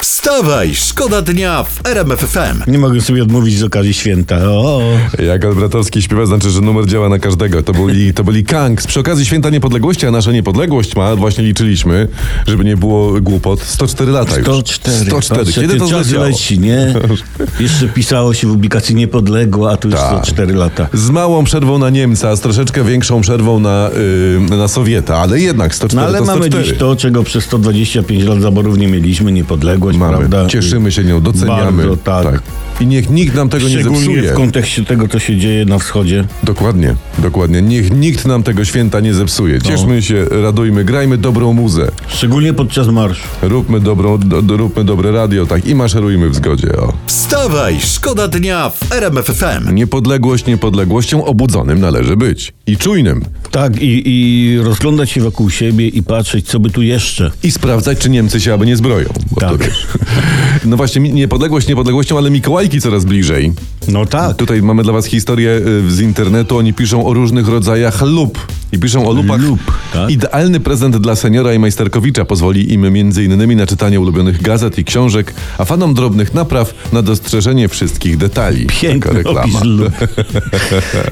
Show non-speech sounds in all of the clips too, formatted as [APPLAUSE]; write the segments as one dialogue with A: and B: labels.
A: Wstawaj, szkoda dnia w RMF FM.
B: Nie mogę sobie odmówić z okazji święta. O,
C: Jak Albratowski śpiewa, znaczy, że numer działa na każdego. To byli, to byli Kangs. Przy okazji Święta Niepodległości, a nasza niepodległość ma, właśnie liczyliśmy, żeby nie było głupot, 104 lata Tak, już.
B: 104.
C: 104.
B: Patrzcie,
C: Kiedy
B: ten
C: to
B: czas
C: zleciało?
B: leci, nie? Jeszcze pisało się w publikacji niepodległa, a tu już
C: Tak.
B: 104 lata. No,
C: Z małą przerwą na Niemca, z troszeczkę większą przerwą na, yy, na Sowieta, ale jednak 104
B: No ale
C: to
B: mamy
C: 104.
B: dziś to, czego przez 125 lat zaborów nie mieliśmy, niepodległość,
C: Mamy.
B: prawda?
C: Cieszymy się nią, doceniamy.
B: Bardzo tak.
C: I niech nikt nam tego nie
B: Szczególnie
C: zepsuje.
B: w kontekście tego, co się dzieje na wschodzie.
C: Dokładnie, dokładnie. Niech nikt nam tego święta nie zepsuje.
B: No.
C: Cieszmy się, radujmy, grajmy dobrą muzę.
B: Szczególnie podczas marszu.
C: Róbmy, dobrą, do, do- róbmy dobre radio, tak, i maszerujmy w zgodzie. O.
A: Wstawaj, szkoda dnia w RMF FM.
C: Niepodległość niepodległością obudzonym należy być. I czujnym.
B: Tak, i, i rozglądać się wokół siebie i patrzeć, co by tu jeszcze.
C: I sprawdzać, czy Niemcy się aby nie zbroją. Bo
B: Tak.
C: to wiesz. No właśnie, mi- niepodległość niepodległością, ale Mikołajki coraz bliżej.
B: No tak.
C: Tutaj mamy dla was historię y, z internetu. Oni piszą o różnych rodzajach lub. I piszą o lupach.
B: Lup, tak.
C: Idealny prezent dla seniora i majsterkowicza pozwoli im m.in. na czytanie ulubionych gazet i książek, a fanom drobnych napraw na dostrzeżenie wszystkich detali. Taka
B: Piękny opis lub.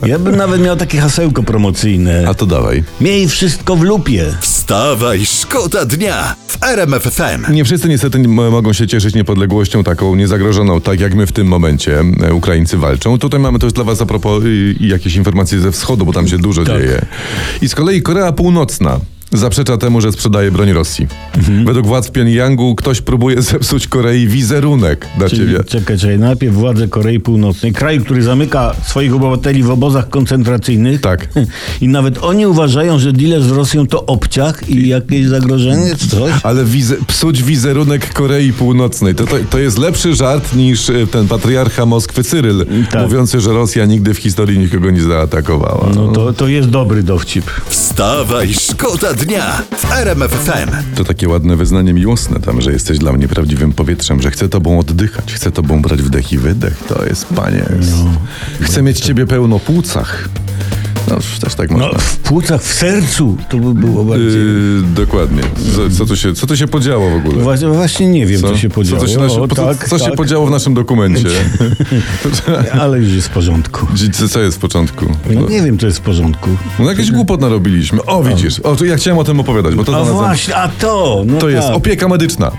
B: Ja bym nawet miał takie hasełko
C: [LAUGHS]
B: promocyjne.
C: A to dawaj.
B: Miej wszystko w lupie.
A: Wstawaj, szkoda dnia w RMF FM.
C: Nie wszyscy niestety m- mogą się cieszyć niepodległością taką niezagrożoną, tak jak my w tym momencie e, Ukraińcy walczą. Tutaj mamy też dla was a propos y, jakieś informacje ze wschodu, bo tam się dużo
B: Tak.
C: dzieje. I z kolei Korea Północna zaprzecza temu, że sprzedaje broń Rosji.
B: Mhm.
C: Według władz w Pjongjangu ktoś próbuje [LAUGHS] zepsuć Korei wizerunek. Dacie
B: Czyli,
C: wie.
B: czekaj, czekaj, najpierw władze Korei Północnej, kraju, który zamyka swoich obywateli w obozach koncentracyjnych.
C: Tak.
B: [LAUGHS] I nawet oni uważają, że dealer z Rosją to obciach i jakieś zagrożenie, czy coś.
C: Ale wize, psuć wizerunek Korei Północnej. To, to, to jest lepszy żart niż e, ten patriarcha Moskwy Cyryl,
B: Tak.
C: mówiący, że Rosja nigdy w historii nikogo nie zaatakowała.
B: No to, to jest dobry dowcip.
A: Wstawaj, szkoda dnia w RMF FM.
C: To takie ładne wyznanie miłosne tam, że jesteś dla mnie prawdziwym powietrzem, że chcę tobą oddychać, chcę tobą brać wdech i wydech. To jest, panie, jest. chcę mieć ciebie pełno płucach. tak. No, też tak można.
B: No, w płucach, w sercu to by było bardziej.
C: Yy, dokładnie. Co, co, tu się, co tu się podziało w ogóle?
B: Właśnie, właśnie nie wiem, co, się podziało.
C: Yy, Co, tu się, nasi-
B: o,
C: po- co,
B: tak,
C: co się
B: tak,
C: podziało w naszym [LAUGHS] dokumencie?
B: Ale już jest w porządku.
C: Co- co jest w początku?
B: No nie wiem, co jest w porządku.
C: No jakieś głupot narobiliśmy. O, widzisz. O, to ja chciałem o tym opowiadać, bo to
B: A
C: znalazłem.
B: właśnie, a to! No
C: To jest
B: tak.
C: opieka medyczna.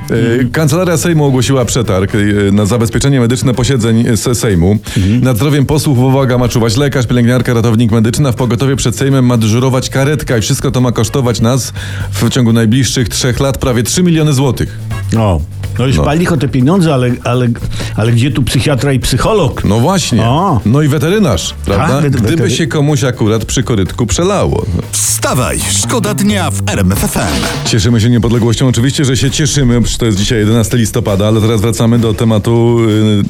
C: E, Kancelaria Sejmu ogłosiła przetarg e, na zabezpieczenie medyczne posiedzeń e, se- Sejmu.
B: Mhm.
C: Nad zdrowiem posłów uwaga ma czuwać lekarz, pielęgniarka, ratownik medyczny, a w pogotowie przed Sejmem ma dyżurować karetka i wszystko to ma kosztować nas w ciągu najbliższych trzech lat prawie 3 miliony złotych.
B: No, no już pali o te pieniądze, ale, ale, ale gdzie tu psychiatra i psycholog?
C: No właśnie.
B: O.
C: No i weterynarz, prawda?
B: we-
C: Gdyby
B: wetery-
C: się komuś akurat przy korytku przelało.
A: Wstawaj, szkoda dnia w RMF FM.
C: Cieszymy się niepodległością. Oczywiście, że się cieszymy, przecież to jest dzisiaj 11 listopada, ale teraz wracamy do tematu.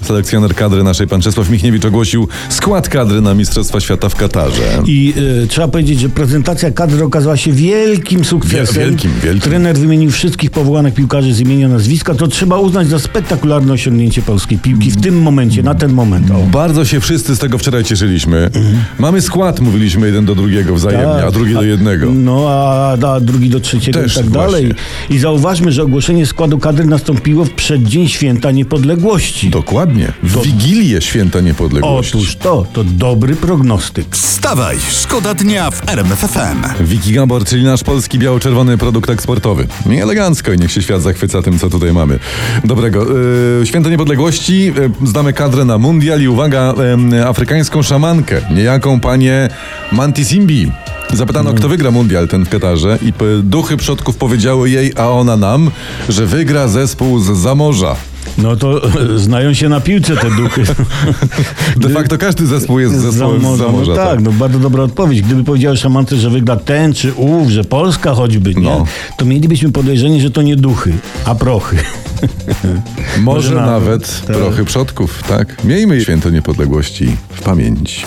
C: y, Selekcjoner kadry naszej, pan Czesław Michniewicz, ogłosił skład kadry na Mistrzostwa Świata w Katarze.
B: I e, trzeba powiedzieć, że prezentacja kadry okazała się wielkim sukcesem.
C: Wie- wielkim, wielkim.
B: Trener wymienił wszystkich powołanych piłkarzy z imienia nazwiska. To trzeba uznać za spektakularne osiągnięcie polskiej piłki w tym momencie, na ten moment. O.
C: Bardzo się wszyscy z tego wczoraj cieszyliśmy.
B: Mhm.
C: Mamy skład, mówiliśmy jeden do drugiego
B: Tak.
C: wzajemnie, a drugi do jednego.
B: No, a, a drugi do trzeciego
C: Też
B: i tak dalej.
C: właśnie.
B: I zauważmy, że ogłoszenie składu kadry nastąpiło w przeddzień święta niepodległości.
C: Dokładnie. W Wigilię Święta Niepodległości.
B: Otóż to, to dobry prognostyk.
A: Wstawaj, szkoda dnia w RMF FM.
C: Wiki Gabor, czyli nasz polski biało-czerwony produkt eksportowy. Nie elegancko i niech się świat zachwyca tym, co tutaj mamy. Dobrego. Yy, Święto Niepodległości, yy, znamy kadrę na mundial i uwaga, yy, afrykańską szamankę, niejaką panie Mantisimbi. Zapytano,
B: Mhm.
C: kto wygra mundial ten w Katarze i p- duchy przodków powiedziały jej, a ona nam, że wygra zespół z Zamorza.
B: No to e, znają się na piłce te
C: [LAUGHS]
B: duchy.
C: De facto każdy zespół jest zespołem z
B: Zamorza.
C: Zamorza.
B: No tak, no bardzo dobra odpowiedź. Gdyby powiedział szamance, że wygra ten czy ów, że Polska choćby, nie,
C: No.
B: to mielibyśmy podejrzenie, że to nie duchy, a prochy.
C: Może
B: Może
C: nawet
B: Znaczy nawet,
C: tak? prochy przodków, tak? Miejmy Święto Niepodległości w pamięci.